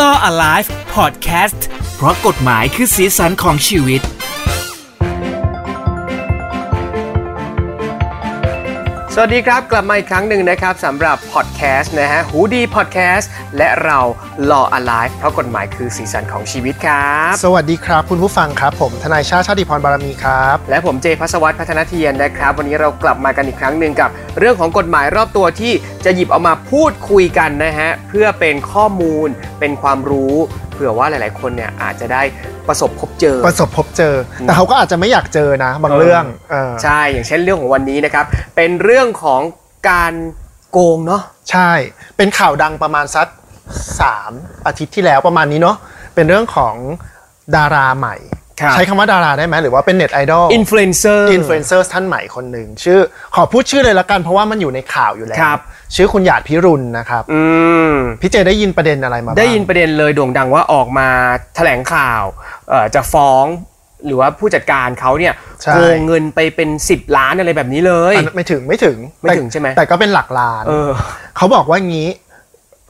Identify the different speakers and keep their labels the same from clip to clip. Speaker 1: Law Alive Podcast เพราะกฎหมายคือสีสันของชีวิต
Speaker 2: สวัสดีครับ กลับมาอีกครั้งหนึ่งนะครับสำหรับพอดแคสต์นะฮะหูดีพอดแคสต์และเรา Law Alive เพราะกฎหมายคือสีสันของชีวิตครับ
Speaker 3: สวัสดีครับ คุณผู้ฟังครับ ผมทนายชาติชาติพรบารมีครับ
Speaker 2: และผมเจพัสวัตพัฒนาเทียนนะครับ วันนี้เรากลับมากันอีกครั้งหนึ่งกับ เรื่องของกฎหมายรอบตัวที่จะหยิบเอามาพูดคุยกันนะฮะ เพื่อเป็นข้อมูล เป็นความรู้เผื่อว่าหลาย ๆ คนเนี่ยอาจจะได้ประสบพบเจอ
Speaker 3: ประสบพบเจอ แต่เขาก็อาจจะไม่อยากเจอนะ บาง
Speaker 2: เออ
Speaker 3: เรื่องเออ
Speaker 2: ใช่ อย่างเช่นเรื่องของวันนี้นะครับ เป็นเรื่องของการโกงเนาะ
Speaker 3: ใช่ เป็นข่าวดังประมาณสัก3อาทิตย์ที่แล้วประมาณนี้เนาะเป็นเรื่องของดาราใหม่
Speaker 2: ครับ
Speaker 3: ใช้คำว่าดาราได้ไหมหรือว่าเป็นเน็ตไอดอล
Speaker 2: อินฟลูเอนเซอร์
Speaker 3: อินฟลูเอนเซอร์ท่านใหม่คนหนึ่งชื่อ ขอพูดชื่อเลยละกันเพราะว่ามันอยู่ในข่าวอยู่แล้ว
Speaker 2: ครับ
Speaker 3: ชื่อคุณหยาดพิรุณนะครับ
Speaker 2: อืม
Speaker 3: พี่เจได้ยินประเด็นอะไรมาบ้าง
Speaker 2: ได้ยินประเด็นเลยโด่งดังว่าออกมาแถลงข่าวเอ่อจะฟ้อง หรือว่าผู้จัดการเขาเนี่ย
Speaker 3: ใช่
Speaker 2: โกงเงินไปเป็น 10 ล้านอะไรแบบนี้เลย
Speaker 3: อันนั้นไม่ถึงไม่ถึง
Speaker 2: ไม่ถึงใช่ไหม
Speaker 3: แต่ก็เป็นหลักล้าน
Speaker 2: เออ
Speaker 3: เขาบอกว่างี้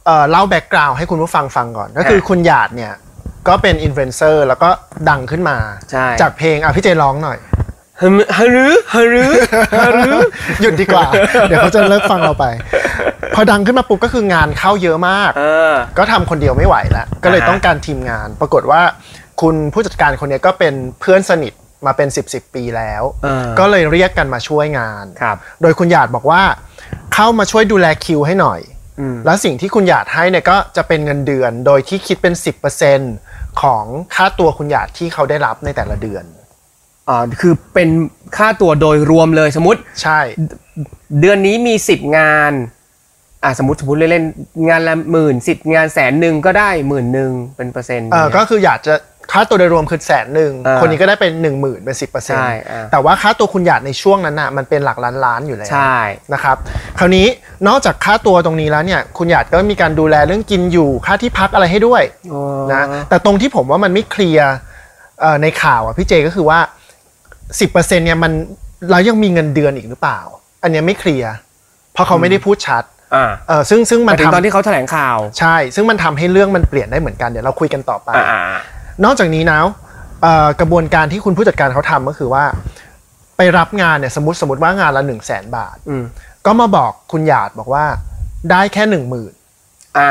Speaker 3: เอ่อเล่าแบ็กกราวน์ให้คุณผู้ฟังฟังก่อน ก็คือ
Speaker 2: ฮะ
Speaker 3: คุณหยาดเนี่ย ก็เป็นอินฟลูเอนเซอร์แล้วก็ดังขึ้นมา
Speaker 2: ใช่
Speaker 3: จากเพลงอ่ะพี่เจร้องหน่อย
Speaker 2: ฮึมฮะรือฮะรือฮะรือ
Speaker 3: หยุดดีกว่า เดี๋ยวเขาจะเลิกฟังเราไป พอดังขึ้นมาปุ๊บก็คืองานเข้าเยอะมาก
Speaker 2: เออ
Speaker 3: ก็ทำคนเดียวไม่ไหวแล้วก็เลย
Speaker 2: อ่าฮะ
Speaker 3: ต้องการทีมงาน ปรากฏว่า คุณผู้จัดการคนเนี้ยก็เป็นเพื่อนสนิทมาเป็น 10บสปีแล้ว
Speaker 2: เออ
Speaker 3: ก็เลยเรียกกันมาช่วยงาน
Speaker 2: ครับ
Speaker 3: โดยคุณหยาดบอกว่า เข้ามาช่วยดูแลคิวให้หน่อย
Speaker 2: อืม
Speaker 3: แล้วสิ่งที่คุณหยาดให้เนี่ยก็จะเป็นเงินเดือนโดยที่คิดเป็น 10%ของค่าตัวคุณหยาดที่เขาได้รับในแต่ละเดือน
Speaker 2: อ่าคือเป็นค่าตัวโดยรวมเลยสมมติ
Speaker 3: ใช่
Speaker 2: เดือนนี้มี 10 งานอ่าสมมติสมมติเล่นๆงานละหมื่นสิบงานแสนหนึ่งก็ได้หมื่นหนึ่งเป็นเปอร์เซ็นต์
Speaker 3: เออก็คืออยากจะค่าตัวโดยรวมคือแสนหนึ่ง
Speaker 2: อ่า
Speaker 3: คนนี้ก็ได้เป็น 1 0,000ื่นเป็น 10%
Speaker 2: ใช่อ่า
Speaker 3: แต่ว่าค่าตัวคุณหยาดในช่วงนั้นน่ะมันเป็นหลักล้านล้านอยู่แล้ว
Speaker 2: ใช่
Speaker 3: นะครับคราวนี้นอกจากค่าตัวตรงนี้แล้วเนี่ยคุณหยาดก็มีการดูแลเรื่องกินอยู่ค่าที่พักอะไรให้ด้วย นะแต่ตรงที่ผมว่ามันไม่เคลียร์เอ่อในข่าวอ่ะพี่เจก็คือว่า 10%เนี่ยมันเรายังมีเงินเดือนอีกหรือเปล่า อันเนี้ยไม่เคลียร์เพราะเขาไม่ได้พูดชัด
Speaker 2: อ่า
Speaker 3: เออซึ่งซึ่ง
Speaker 2: ห
Speaker 3: มั
Speaker 2: มาน ยถึงตอน
Speaker 3: ทำ
Speaker 2: ที่เขาแถลงข่าว
Speaker 3: ใช่ ซึ่งมันทำให้เรื่องมันเปลี่ยนได้เหมือนกันเดี๋ยวเราคุยกันต่อไป
Speaker 2: อ่า
Speaker 3: นอกจากนี้นะเอ่อกระบวนการที่คุณผู้จัดการเขาทำก็คือว่า ไปรับงานเนี่ยสมมติสมมติว่างานละหนึ่งแสนบาท
Speaker 2: อืม
Speaker 3: ก็มาบอกคุณหยาดบอกว่าได้แค่หนึ่งหมื่น
Speaker 2: อ่า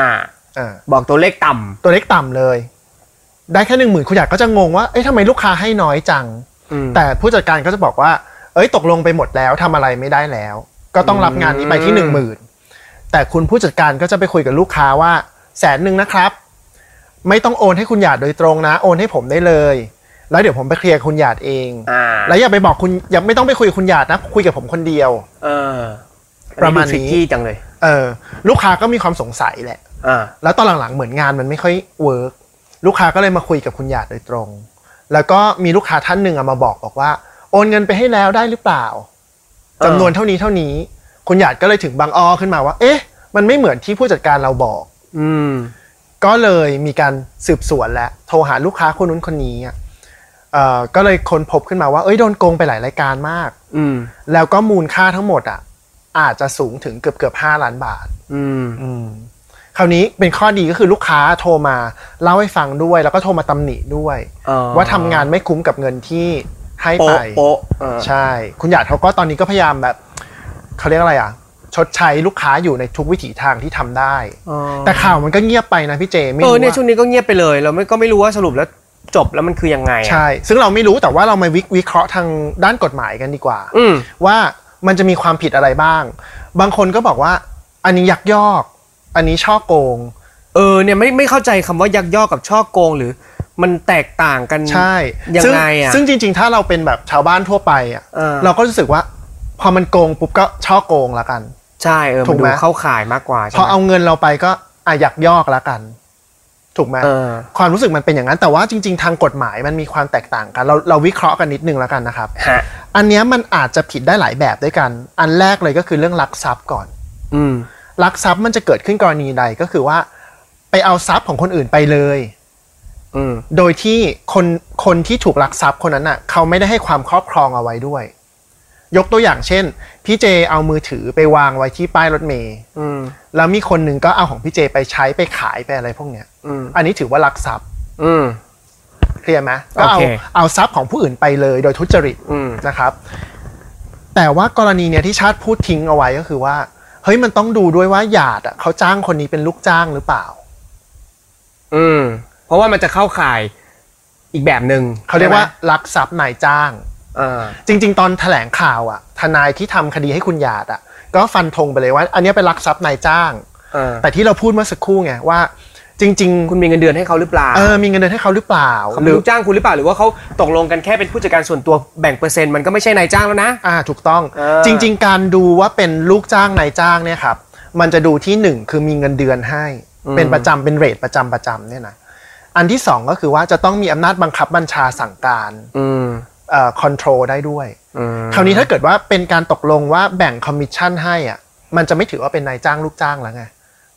Speaker 3: อ่า
Speaker 2: บอกตัวเลขต่ำ
Speaker 3: ตัวเล็กต่ำเลย ได้แค่หนึ่งหมื่นคุณอยากก็จะงงว่า เอ๊ะทำไมลูกค้าให้น้อยจัง
Speaker 2: อืม
Speaker 3: แต่ผู้จัดการก็จะบอกว่า เอ้ย ตกลงไปหมดแล้วทำอะไรไม่ได้แล้ว ก็ต้องรับงานนี้ไปที่
Speaker 2: อื
Speaker 3: หนึ่ง
Speaker 2: ม
Speaker 3: หมื่นแต่คุณผู้จัดการก็จะไปคุยกับลูกค้าว่าแสนหนึ่งนะครับ ไม่ต้องโอนให้คุณหยาดโดยตรงนะ โอนให้ผมได้เลย แล้วเดี๋ยวผมไปเคลียร์กับคุณหยาดเอง
Speaker 2: อ่า
Speaker 3: แล้วอย่าไปบอกคุณอย่าไม่ต้องไปคุยกับคุณหยาดนะ คุยกับผมคนเดียว
Speaker 2: เออ
Speaker 3: ประมาณนี้
Speaker 2: อัดู tricky จังเลย
Speaker 3: เออ ลูกค้าก็มีความสงสัยแหละ
Speaker 2: อ่า
Speaker 3: แล้วตอนหลังๆ เหมือนงานมันไม่ค่อยเวิร์กลูกค้าก็เลยมาคุยกับคุณหยาดโดยตรง แล้วก็มีลูกค้าท่านหนึ่งอะมาบอกบอกว่า โอนเงินไปให้แล้วได้หรือเปล่าจำนวนเท่านี้เท่านี้ คุณหยาดก็เลยถึงบางอ้อขึ้นมาว่า เอ๊ะ มันไม่เหมือนที่ผู้จัดการเราบอก
Speaker 2: อืม
Speaker 3: ก็เลยมีการสืบสวนและโทรหาลูกค้าคนนู้นคนนี้อะเอ่อก็เลยค้นพบขึ้นมาว่าเอ้ยโดนโกงไปหลายรายการมาก
Speaker 2: อืม
Speaker 3: แล้วก็มูลค่าทั้งหมดอ่ะ อาจจะสูงถึงเกือบเกือบห้าล้านบาท
Speaker 2: อืม
Speaker 3: คราวนี้เป็นข้อดีก็คือลูกค้าโทรมาเล่าให้ฟังด้วย แล้วก็โทรมาตำหนิด้วย
Speaker 2: อ๋อ
Speaker 3: ว่าทำงานไม่คุ้มกับเงินที่ให้ไป
Speaker 2: โป๊ะโป๊ะเออ
Speaker 3: ใช่ คุณหยาดเขาก็ตอนนี้ก็พยายามแบบเขาเรียกอะไรอ่ะ ชดใช้ลูกค้าอยู่ในทุกวิถีทางที่ทำได้
Speaker 2: อ๋อ
Speaker 3: แต่ข่าวมันก็เงียบไปนะพี่เจไม่
Speaker 2: เอ
Speaker 3: รู้
Speaker 2: อเนี่ยช่ว
Speaker 3: ว่าง
Speaker 2: นี้ก็เงียบไปเลยเราไม่ก็ไม่รู้ว่าสรุปแล้วจบแล้วมันคือยังไงอะ
Speaker 3: ใช่ ซึ่งเราไม่รู้แต่ว่าเรามาวิวเคราะห์ทางด้านกฎหมายกันดีกว่า
Speaker 2: อืม
Speaker 3: ว่ามันจะมีความผิดอะไรบ้าง บางคนก็บอกว่า อันนี้ยักยอก อันนี้ช่อโกง
Speaker 2: เออเนี่ยไม่ไม่เข้าใจคำว่ายักยอกกับช่อโกงหรือ มันแตกต่างกัน
Speaker 3: ใช่
Speaker 2: ยัง
Speaker 3: ซึ่
Speaker 2: ไงอะ
Speaker 3: ซึ่งจริงๆ ถ้าเราเป็นแบบชาวบ้านทั่วไปอ่ะ
Speaker 2: เออ
Speaker 3: เราก็รู้สึกว่า พอมันโกงปุ๊บก็ช่อโกงละกัน
Speaker 2: ใช่เออ
Speaker 3: ถู
Speaker 2: มัน
Speaker 3: ก
Speaker 2: ดู
Speaker 3: ไหม
Speaker 2: เข้าข่ายมากกว่าใช่
Speaker 3: พอ
Speaker 2: ไหม
Speaker 3: เอาเงินเราไปก็อ่ะอยากยอกละกัน ถูกไหม
Speaker 2: เออ
Speaker 3: ความรู้สึกมันเป็นอย่างนั้น แต่ว่าจริง ๆ ทางกฎหมายมันมีความแตกต่างกัน เราเราวิเคราะห์กันนิดนึงละกันนะครับ
Speaker 2: ฮะ
Speaker 3: อันเนี้ยมันอาจจะผิดได้หลายแบบด้วยกัน อันแรกเลยก็คือเรื่องลักทรัพย์ก่อน
Speaker 2: อืม
Speaker 3: ลักทรัพย์มันจะเกิดขึ้นกรณีใดก็คือว่า ไปเอาทรัพย์ของคนอื่นไปเลย
Speaker 2: อืม
Speaker 3: โดยที่คนคนที่ถูกลักทรัพย์คนนั้นน่ะเขาไม่ได้ให้ความครอบครองเอาไว้ด้วย ยกตัวอย่างเช่น พี่เจเอามือถือไปวางไว้ที่ป้ายรถเมล์
Speaker 2: อืม
Speaker 3: แล้วมีคนหนึ่งก็เอาของพี่เจไปใช้ไปขายไปอะไรพวกเนี้ย
Speaker 2: อืม
Speaker 3: อันนี้ถือว่าลักทรัพย์
Speaker 2: อืม
Speaker 3: เคลียร์ไหมก็เอา
Speaker 2: โอเค
Speaker 3: เอาทรัพย์ของผู้อื่นไปเลยโดยทุจริต
Speaker 2: อืม
Speaker 3: นะครับ แต่ว่ากรณีเนี่ยที่ชาติพูดทิ้งเอาไว้ก็คือว่า เฮ้ยมันต้องดูด้วยว่าหยาดอะเขาจ้างคนนี้เป็นลูกจ้างหรือเปล่า
Speaker 2: อืม เพราะว่ามันจะเข้าข่ายอีกแบบหนึ่ง
Speaker 3: เขาเรียกว่า
Speaker 2: ใช่ไหม
Speaker 3: ลักทรัพย์นายจ้าง
Speaker 2: อ่า
Speaker 3: จริง ๆ ตอนแถลงข่าวอะทนายที่ทำคดีให้คุณหยาดอะก็ฟันธงไปเลยว่า อันเนี้ยเป็นลักทรัพย์นายจ้าง
Speaker 2: อ่า
Speaker 3: แต่ที่เราพูดเมื่อสักครู่ไงว่า จริง
Speaker 2: คุณมีเงินเดือนให้เขาหรือเปล่า
Speaker 3: ๆเออมีเงินเดือนให้เขาหรือเปล่า
Speaker 2: เขา
Speaker 3: ห
Speaker 2: เป็
Speaker 3: รื
Speaker 2: น
Speaker 3: อ
Speaker 2: ลูกจ้างคุณหรือเปล่าหรือว่าเขาตกลงกันแค่เป็นผู้จัดการส่วนตัวแบ่งเปอร์เซ็นต์มันก็ไม่ใช่นายจ้างแล้วนะ
Speaker 3: อ่าถูกต้อง
Speaker 2: เออ
Speaker 3: จริง ๆ การดูว่าเป็นลูกจ้างนายจ้างเนี่ยครับมันจะดูที่หนึ่งคือมีเงินเดือนให้ เป็นประจำเป็นเรทประจำประจำเนี่ยนะอันที่สองก็คือว่าจะต้องมีอำนาจบังคับบัญชาสั่งการ
Speaker 2: อืม
Speaker 3: เอ่อคอนโทรลได้ด้วย
Speaker 2: อืม
Speaker 3: คราวนี้ถ้าเกิดว่าเป็นการตกลงว่าแบ่งคอมมิชชั่นให้อ่ะมันจะไม่ถือว่าเป็นนายจ้างลูกจ้างแล้วไง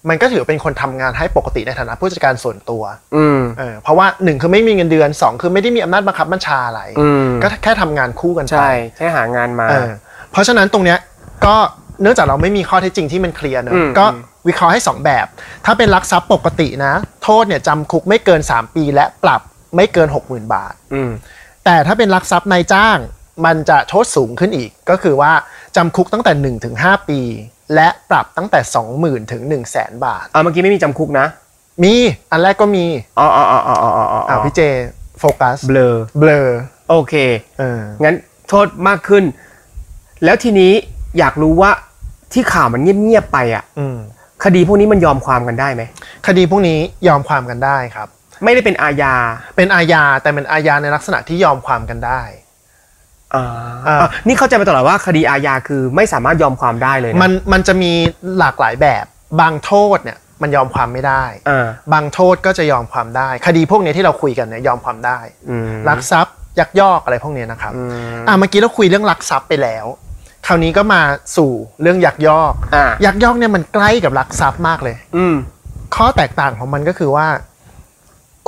Speaker 3: มันก็ถือเป็นคนทำงานให้ปกติในฐานะผู้จัดการส่วนตัว
Speaker 2: อืม
Speaker 3: เออเพราะว่าหนึ่งคือไม่มีเงินเดือนสองคือไม่ได้มีอำนาจบังคับบัญชาอะไร
Speaker 2: อืม
Speaker 3: ก็แค่ทำงานคู่กันไป
Speaker 2: ใช่แค่หางานมา
Speaker 3: เออเพราะฉะนั้นตรงเนี้ยก็เนื่องจากเราไม่มีข้อเท็จจริงที่มันเคลียร์เนอะ
Speaker 2: อืม
Speaker 3: ก็
Speaker 2: อืม
Speaker 3: วิเคราะห์ให้ 2 แบบ ถ้าเป็นลักทรัพย์ปกตินะ โทษเนี่ยจำคุกไม่เกิน 3 ปีและปรับไม่เกิน 60,000 บาท
Speaker 2: อืม
Speaker 3: แต่ถ้าเป็นลักทรัพย์นายจ้าง มันจะโทษสูงขึ้นอีก ก็คือว่าจำคุกตั้งแต่ 1-5ถึงปี และปรับตั้งแต่ 20,000ถึง1 0 0 0 0แสนบาท
Speaker 2: อ่าเมื่อกี้ไม่มีจำคุกนะ
Speaker 3: มีอันแรกก็มี
Speaker 2: อ๋ออ๋ออ๋ออ๋ออ๋ออ๋อ
Speaker 3: อ้าวพี่เจโฟกัส
Speaker 2: เบลอ
Speaker 3: เบลอ
Speaker 2: โอเค
Speaker 3: เออ
Speaker 2: งั้นโทษมากขึ้น แล้วทีนี้อยากรู้ว่าที่ข่าวมันเงียบๆไปอ่ะ
Speaker 3: อืม
Speaker 2: คดีพวกนี้มันยอมความกันได้ไหม
Speaker 3: คดีพวกนี้ยอมความกันได้ครับ
Speaker 2: ไม่ได้เป็นอาญา
Speaker 3: เป็นอาญาแต่เป็นอาญาในลักษณะที่ยอมความกันได้
Speaker 2: อ่านี่เข้าใจมาตลอดว่าคดีอาญาคือไม่สามารถยอมความได้เลยนะ
Speaker 3: มันมันจะมีหลากหลายแบบบางโทษเนี่ยมันยอมความไม่ได้
Speaker 2: อ่า
Speaker 3: บางโทษก็จะยอมความได้ คดีพวกเนี้ยที่เราคุยกันเนี่ยยอมความได้
Speaker 2: อืม
Speaker 3: ลักทรัพย์ยักยอกอะไรพวกเนี้ยนะครับ
Speaker 2: อืม
Speaker 3: อ่ะเมื่อกี้เราคุยเรื่องลักทรัพย์ไปแล้ว คราวนี้ก็มาสู่เรื่องยักยอก
Speaker 2: อ่า
Speaker 3: ยักยอกเนี่ยมันใกล้กับลักทรัพย์มากเลย
Speaker 2: อืม
Speaker 3: ข้อแตกต่างของมันก็คือว่า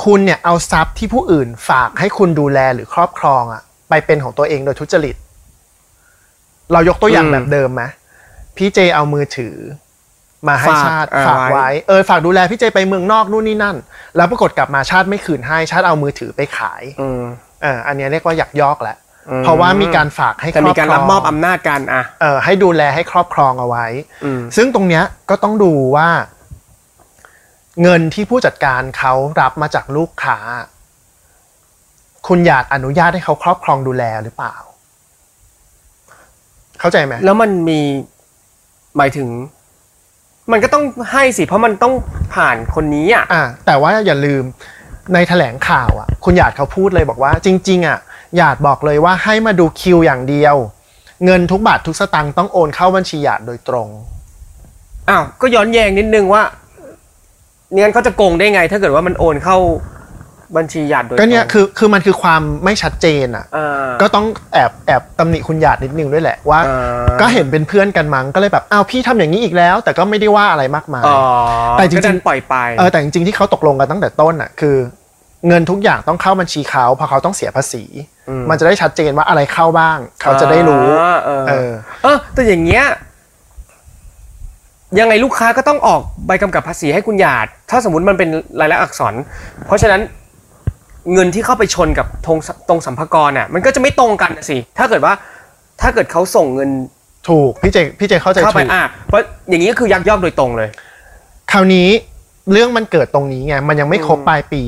Speaker 3: คุณเนี่ยเอาทรัพย์ที่ผู้อื่นฝากให้คุณดูแลหรือครอบครองอะไปเป็นของตัวเองโดยทุจริต เรายกตัวอย่างแบบเดิมไหมพี่เจเอามือถือ มาให้ชาติฝากไว้ เออฝากดูแลพี่เจไปเมืองนอกนู่นนี่นั่น แล้วปรากฏกลับมาชาติไม่คืนให้ชาติเอามือถือไปขาย
Speaker 2: อืม
Speaker 3: เอออันเนี้ยเรียกว่ายักยอกแหละเพราะว่ามีการฝากให้คร
Speaker 2: แต่
Speaker 3: อบครอง
Speaker 2: มีการรับมอบอำนาจกันอ่ะ
Speaker 3: เออให้ดูแลให้ครอบครองเอาไว้
Speaker 2: อืม
Speaker 3: ซึ่งตรงเนี้ยก็ต้องดูว่า เงินที่ผู้จัดการเขารับมาจากลูกค้า คุณอยากอนุญาตให้เขาครอบครองดูแลหรือเปล่า เข้าใจไหม
Speaker 2: แล้วมันมีหมายถึง มันก็ต้องให้สิ เพราะมันต้องผ่านคนนี้อ่ะ
Speaker 3: อ่า แต่ว่าอย่าลืมในแถลงข่าวอ่ะ คุณหยาดเขาพูดเลยบอกว่า จริง ๆ อ่ะหยาดบอกเลยว่าให้มาดูคิวอย่างเดียว เงินทุกบาททุกสตางค์ต้องโอนเข้าบัญชีหยาดโดยตรง
Speaker 2: อ้าวก็ย้อนแย้งนิดนึงว่าเนี่ยเขาจะโกงได้ไง ถ้าเกิดว่ามันโอนเข้าบัญชีหยาดโดย
Speaker 3: ก็เนี่ย
Speaker 2: ตรง
Speaker 3: คือคือมันคือความไม่ชัดเจนอ่ะ
Speaker 2: อ่า
Speaker 3: ก็ต้องแอบแอบตำหนิคุณหยาดนิดนึงด้วยแหละว่า
Speaker 2: อ่า
Speaker 3: ก็เห็นเป็นเพื่อนกันมั้งก็เลยแบบอ้าวพี่ทำอย่างนี้อีกแล้ว แต่ก็ไม่ได้ว่าอะไรมากมาย
Speaker 2: อ๋อ
Speaker 3: แต่จริงๆ
Speaker 2: ก็ดันปล่อยไป
Speaker 3: เออแต่จริงๆที่เขาตกลงกันตั้งแต่ต้นอ่ะคือ เงินทุกอย่างต้องเข้าบัญชีเขาเพราะเขาต้องเสียภาษี มันจะได้ชัดเจนว่าอะไรเข้าบ้าง เขาจะได้รู้
Speaker 2: อ่าเออ
Speaker 3: เออ
Speaker 2: เออแต่อย่างเงี้ยยังไงลูกค้าก็ต้องออกใบกำกับภาษีให้คุณหยาด ถ้าสมมติมันเป็นลายลักษณ์อักษร เพราะฉะนั้นเงินที่เข้าไปชนกับตรงตรงสัมภากรน่ะ มันก็จะไม่ตรงกันน่ะสิถ้าเกิดว่า ถ้าเกิดเขาส่งเงิน
Speaker 3: ถูกพี่เจพี่เจเข้าใจ
Speaker 2: เข้าไป
Speaker 3: ถูก
Speaker 2: อ่ะเพราะอย่างนี้ก็คือยักยอกโดยตรงเลย
Speaker 3: คราวนี้เรื่องมันเกิดตรงนี้ไงมันยังไม่ครบปลายปี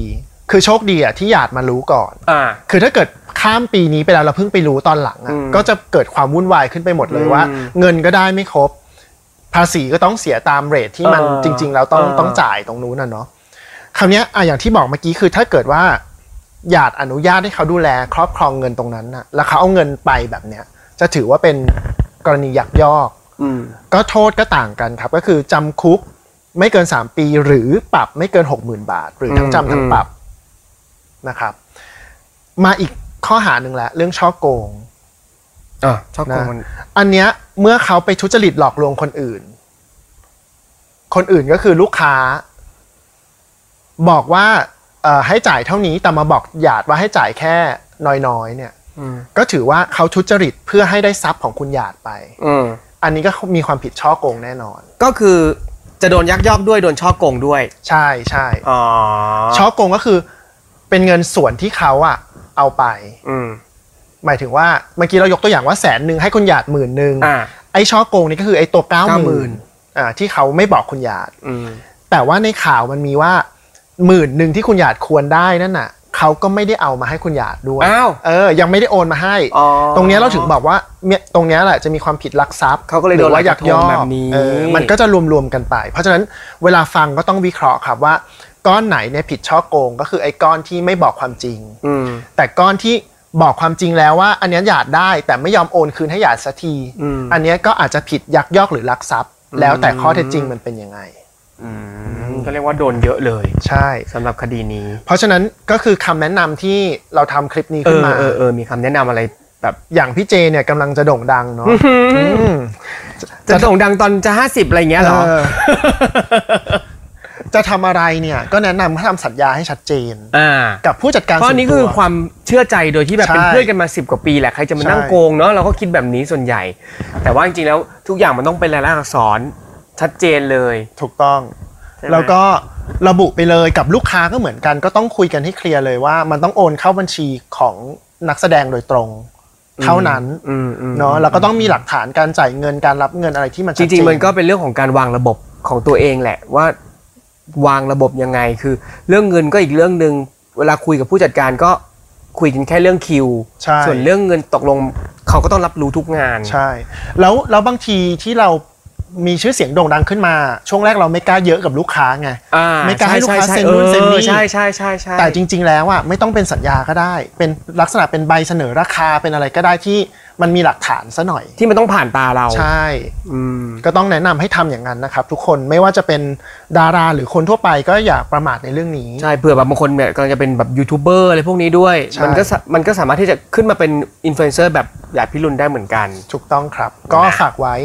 Speaker 3: คือโชคดีอ่ะที่หยาดมารู้ก่อน
Speaker 2: อ่า
Speaker 3: คือถ้าเกิดข้ามปีนี้ไปแล้วเราเพิ่งไปรู้ตอนหลังอะ
Speaker 2: อืม
Speaker 3: ก็จะเกิดความวุ่นวายขึ้นไปหมดเลยว่า
Speaker 2: อืม
Speaker 3: เงินก็ได้ไม่ครบ ภาษีก็ต้องเสียตามเรทที่มัน
Speaker 2: เออ
Speaker 3: จริง ๆ แล้วต้อง
Speaker 2: เออ
Speaker 3: ต้องจ่ายตรงนู้นน่ะเนาะคราวเนี้ยอ่ะอย่างที่บอกเมื่อกี้คือถ้าเกิดว่าหยาดอนุญาตให้เขาดูแล ครอบครองเงินตรงนั้นน่ะ แล้วเขาเอาเงินไปแบบเนี้ย จะถือว่าเป็นกรณียักยอก
Speaker 2: อืม
Speaker 3: ก็โทษก็ต่างกันครับ ก็คือจำคุกไม่เกิน 3 ปีหรือปรับไม่เกิน 60,000 บาท หรือทั้งจำทั้งปรับนะครับ มาอีกข้อหาหนึ่งละเรื่องช่อโกง
Speaker 2: อ่ะชอบโกง
Speaker 3: นะ
Speaker 2: มัน
Speaker 3: อันเนี้ยเมื่อเขาไปทุจริตหลอกลวงคนอื่น คนอื่นก็คือลูกค้า บอกว่าเอ่อให้จ่ายเท่านี้แต่มาบอกหยาดว่าให้จ่ายแค่น้อยๆเนี่ย
Speaker 2: อืม
Speaker 3: ก็ถือว่าเขาทุจริตเพื่อให้ได้ทรัพย์ของคุณหยาดไป
Speaker 2: อืม
Speaker 3: อันนี้ก็มีความผิดช่อโกงแน่นอน
Speaker 2: ก็คือจะโดนยักยอกด้วยโดนช่อโกงด้วย
Speaker 3: ใช่ใช่
Speaker 2: อ๋อ
Speaker 3: ช่อโกงก็คือเป็นเงินส่วนที่เขาอะเอาไป
Speaker 2: อืม
Speaker 3: หมายถึงว่าเมื่อกี้เรายกตัวอย่างว่าแสนหนึ่งให้คุณหยาดหมื่นหนึ่ง
Speaker 2: อ่า
Speaker 3: ไอ้ช่อโกงนี่ก็คือไอ้ตัวเก้าหมื่น
Speaker 2: 90,000
Speaker 3: อ่าที่เขาไม่บอกคุณหยาด
Speaker 2: อืม
Speaker 3: แต่ว่าในข่าวมันมีว่าหมื่นหนึ่งที่คุณหยาดควรได้นั่นน่ะเขาก็ไม่ได้เอามาให้คุณหยาดด้วย
Speaker 2: อ้าว
Speaker 3: เออ ยังไม่ได้โอนมาให้
Speaker 2: อ๋อ
Speaker 3: ตรงเนี้ยเราถึงบอกว่าเนี่ยตรงเนี้ยแหละจะมีความผิดลักทรัพย์
Speaker 2: เขาก็เลยโดน
Speaker 3: หรือว่ายักยอก
Speaker 2: หลักกระทงแบบนี้
Speaker 3: เออมันก็จะรวมๆกันไป เพราะฉะนั้นเวลาฟังก็ต้องวิเคราะห์ครับว่า ก้อนไหนเนี่ยผิดช่อโกง ก็คือไอ้ก้อนที่ไม่บอกความจริง
Speaker 2: อืม
Speaker 3: แต่ก้อนที่บอกความจริงแล้วว่า อันเนี้ยหยาดได้แต่ไม่ยอมโอนคืนให้หยาดสักที
Speaker 2: อืม
Speaker 3: อันเนี้ยก็อาจจะผิดยักยอกหรือลักทรัพย์ แล้วแต่ข้อเท็จจริงมันเป็นยังไง
Speaker 2: ก็เรียกว่าโดนเยอะเลย
Speaker 3: ใช่
Speaker 2: สำหรับคดีนี้
Speaker 3: เพราะฉะนั้นก็คือคำแนะนำที่เราทำคลิปนี้
Speaker 2: เอ
Speaker 3: ขึ้น
Speaker 2: อ
Speaker 3: มา
Speaker 2: เออเออมีคำแนะนำอะไรแบบ
Speaker 3: อย่างพี่เจเนี่ยกำลังจะโด่งดังเนาะอืม
Speaker 2: จะโด่งดังตอนจะ 50 อะไรเงี้ยเหรอ
Speaker 3: เออ จะทำอะไรเนี่ย ก็แนะนำให้ทำสัญญาให้ชัดเจน
Speaker 2: อ่า
Speaker 3: กับผู้จัดการ
Speaker 2: ข้อ
Speaker 3: ส่วน
Speaker 2: นี้
Speaker 3: ตั
Speaker 2: คือ
Speaker 3: ว
Speaker 2: ความเชื่อใจโดยที่แบบ
Speaker 3: ใช่
Speaker 2: เป็นเพื่อนกันมา 10 กว่าปีแหละ ใครจะมานั่ง
Speaker 3: ใช่
Speaker 2: โกงเนาะเราก็คิดแบบนี้ส่วนใหญ่ แต่ว่าจริงๆแล้วทุกอย่างมันต้องเป็นรายลักษณ์อักษรชัดเจนเลย
Speaker 3: ถูกต้อง
Speaker 2: ใช่ไหม
Speaker 3: แล้วก็ระบุไปเลยกับลูกค้าก็เหมือนกันก็ต้องคุยกันให้เคลียร์เลยว่า มันต้องโอนเข้าบัญชีของนักแสดงโดยตรง เท่านั้น
Speaker 2: อืมอืม
Speaker 3: เนาะแล้วก็ต้องมีหลักฐานการจ่ายเงินการรับเงินอะไรที่มัน
Speaker 2: จ
Speaker 3: ชัดเจ
Speaker 2: ริ
Speaker 3: น
Speaker 2: งๆมันก็เป็นเรื่องของการวางระบบของตัวเองแหละว่าวางระบบยังไงคือ เรื่องเงินก็อีกเรื่องหนึ่งเวลาคุยกับผู้จัดการก็คุยกันแค่เรื่องคิว
Speaker 3: ใช่
Speaker 2: ส่วนเรื่องเงินตกลงเขาก็ต้องรับรู้ทุกงาน
Speaker 3: ใช่ แล้วแล้วบางทีที่เรามีชื่อเสียงโด่งดังขึ้นมา ช่วงแรกเราไม่กล้าเยอะกับลูกค้าไง
Speaker 2: อ่า
Speaker 3: ไม่กล้าให้ลูกค้า
Speaker 2: ช่
Speaker 3: เซ็นนู่นเซ็นนี่
Speaker 2: ออใช่ใช่ใช่ใช่
Speaker 3: แต่จริง ๆ แล้วอ่ะไม่ต้องเป็นสัญญาก็ได้ เป็นลักษณะเป็นใบเสนอราคาเป็นอะไรก็ได้ที่มันมีหลักฐานซะหน่อย
Speaker 2: ที่มันต้องผ่านตาเรา
Speaker 3: ใช่
Speaker 2: อืม
Speaker 3: ก็ต้องแนะนำให้ทำอย่างนั้นนะครับ ทุกคนไม่ว่าจะเป็นดาราหรือคนทั่วไปก็อย่าประมาทในเรื่องนี้
Speaker 2: ใช่เผื่อแบบบางคนเนี่ยกำลังจะเป็นแบบยูทูบเบอร์อะไรพวกนี้ด้วย
Speaker 3: ใช่
Speaker 2: มันก็สะมันก็สามารถที่จะขึ้นมาเป็นอินฟลูเอนเซอร์แบบหยาดพิรุณได้เหมือนกัน
Speaker 3: ถูกต้องครับ ก็ฝากไว้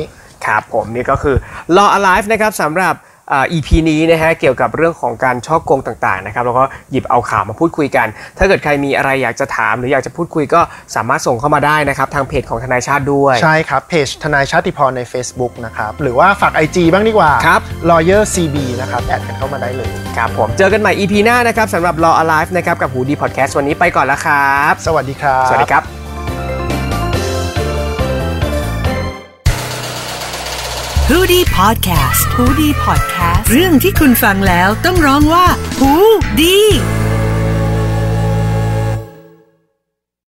Speaker 2: ครับผมนี่ก็คือ Law Alive นะครับสำหรับอ่า EP นี้นะฮะเกี่ยวกับเรื่องของการช่อโกงต่างๆนะครับแล้วก็หยิบเอาข่าวมาพูดคุยกัน ถ้าเกิดใครมีอะไรอยากจะถาม หรืออยากจะพูดคุยก็สามารถส่งเข้ามาได้นะครับทางเพจของทนายชาติด้วย
Speaker 3: ใช่ครับ เพจทนายชาติพรใน Facebook นะครับ หรือว่าฝาก IG บ้างดีกว่า
Speaker 2: ครับ
Speaker 3: lawyer cb นะครับ แอดกันเข้ามาได้เลย
Speaker 2: ครับผมเจอกันใหม่ EP หน้านะครับสำหรับ Law Alive นะครับกับหูดีพอดแคสต์วันนี้ไปก่อนแล้วครับ
Speaker 3: สวัสดีครับ
Speaker 2: สวัสดีครับ
Speaker 4: ฮูดี้พอดแคสต์ฮูดี้พอดแคสต์เรื่องที่คุณฟังแล้วต้องร้องว่าฮูดี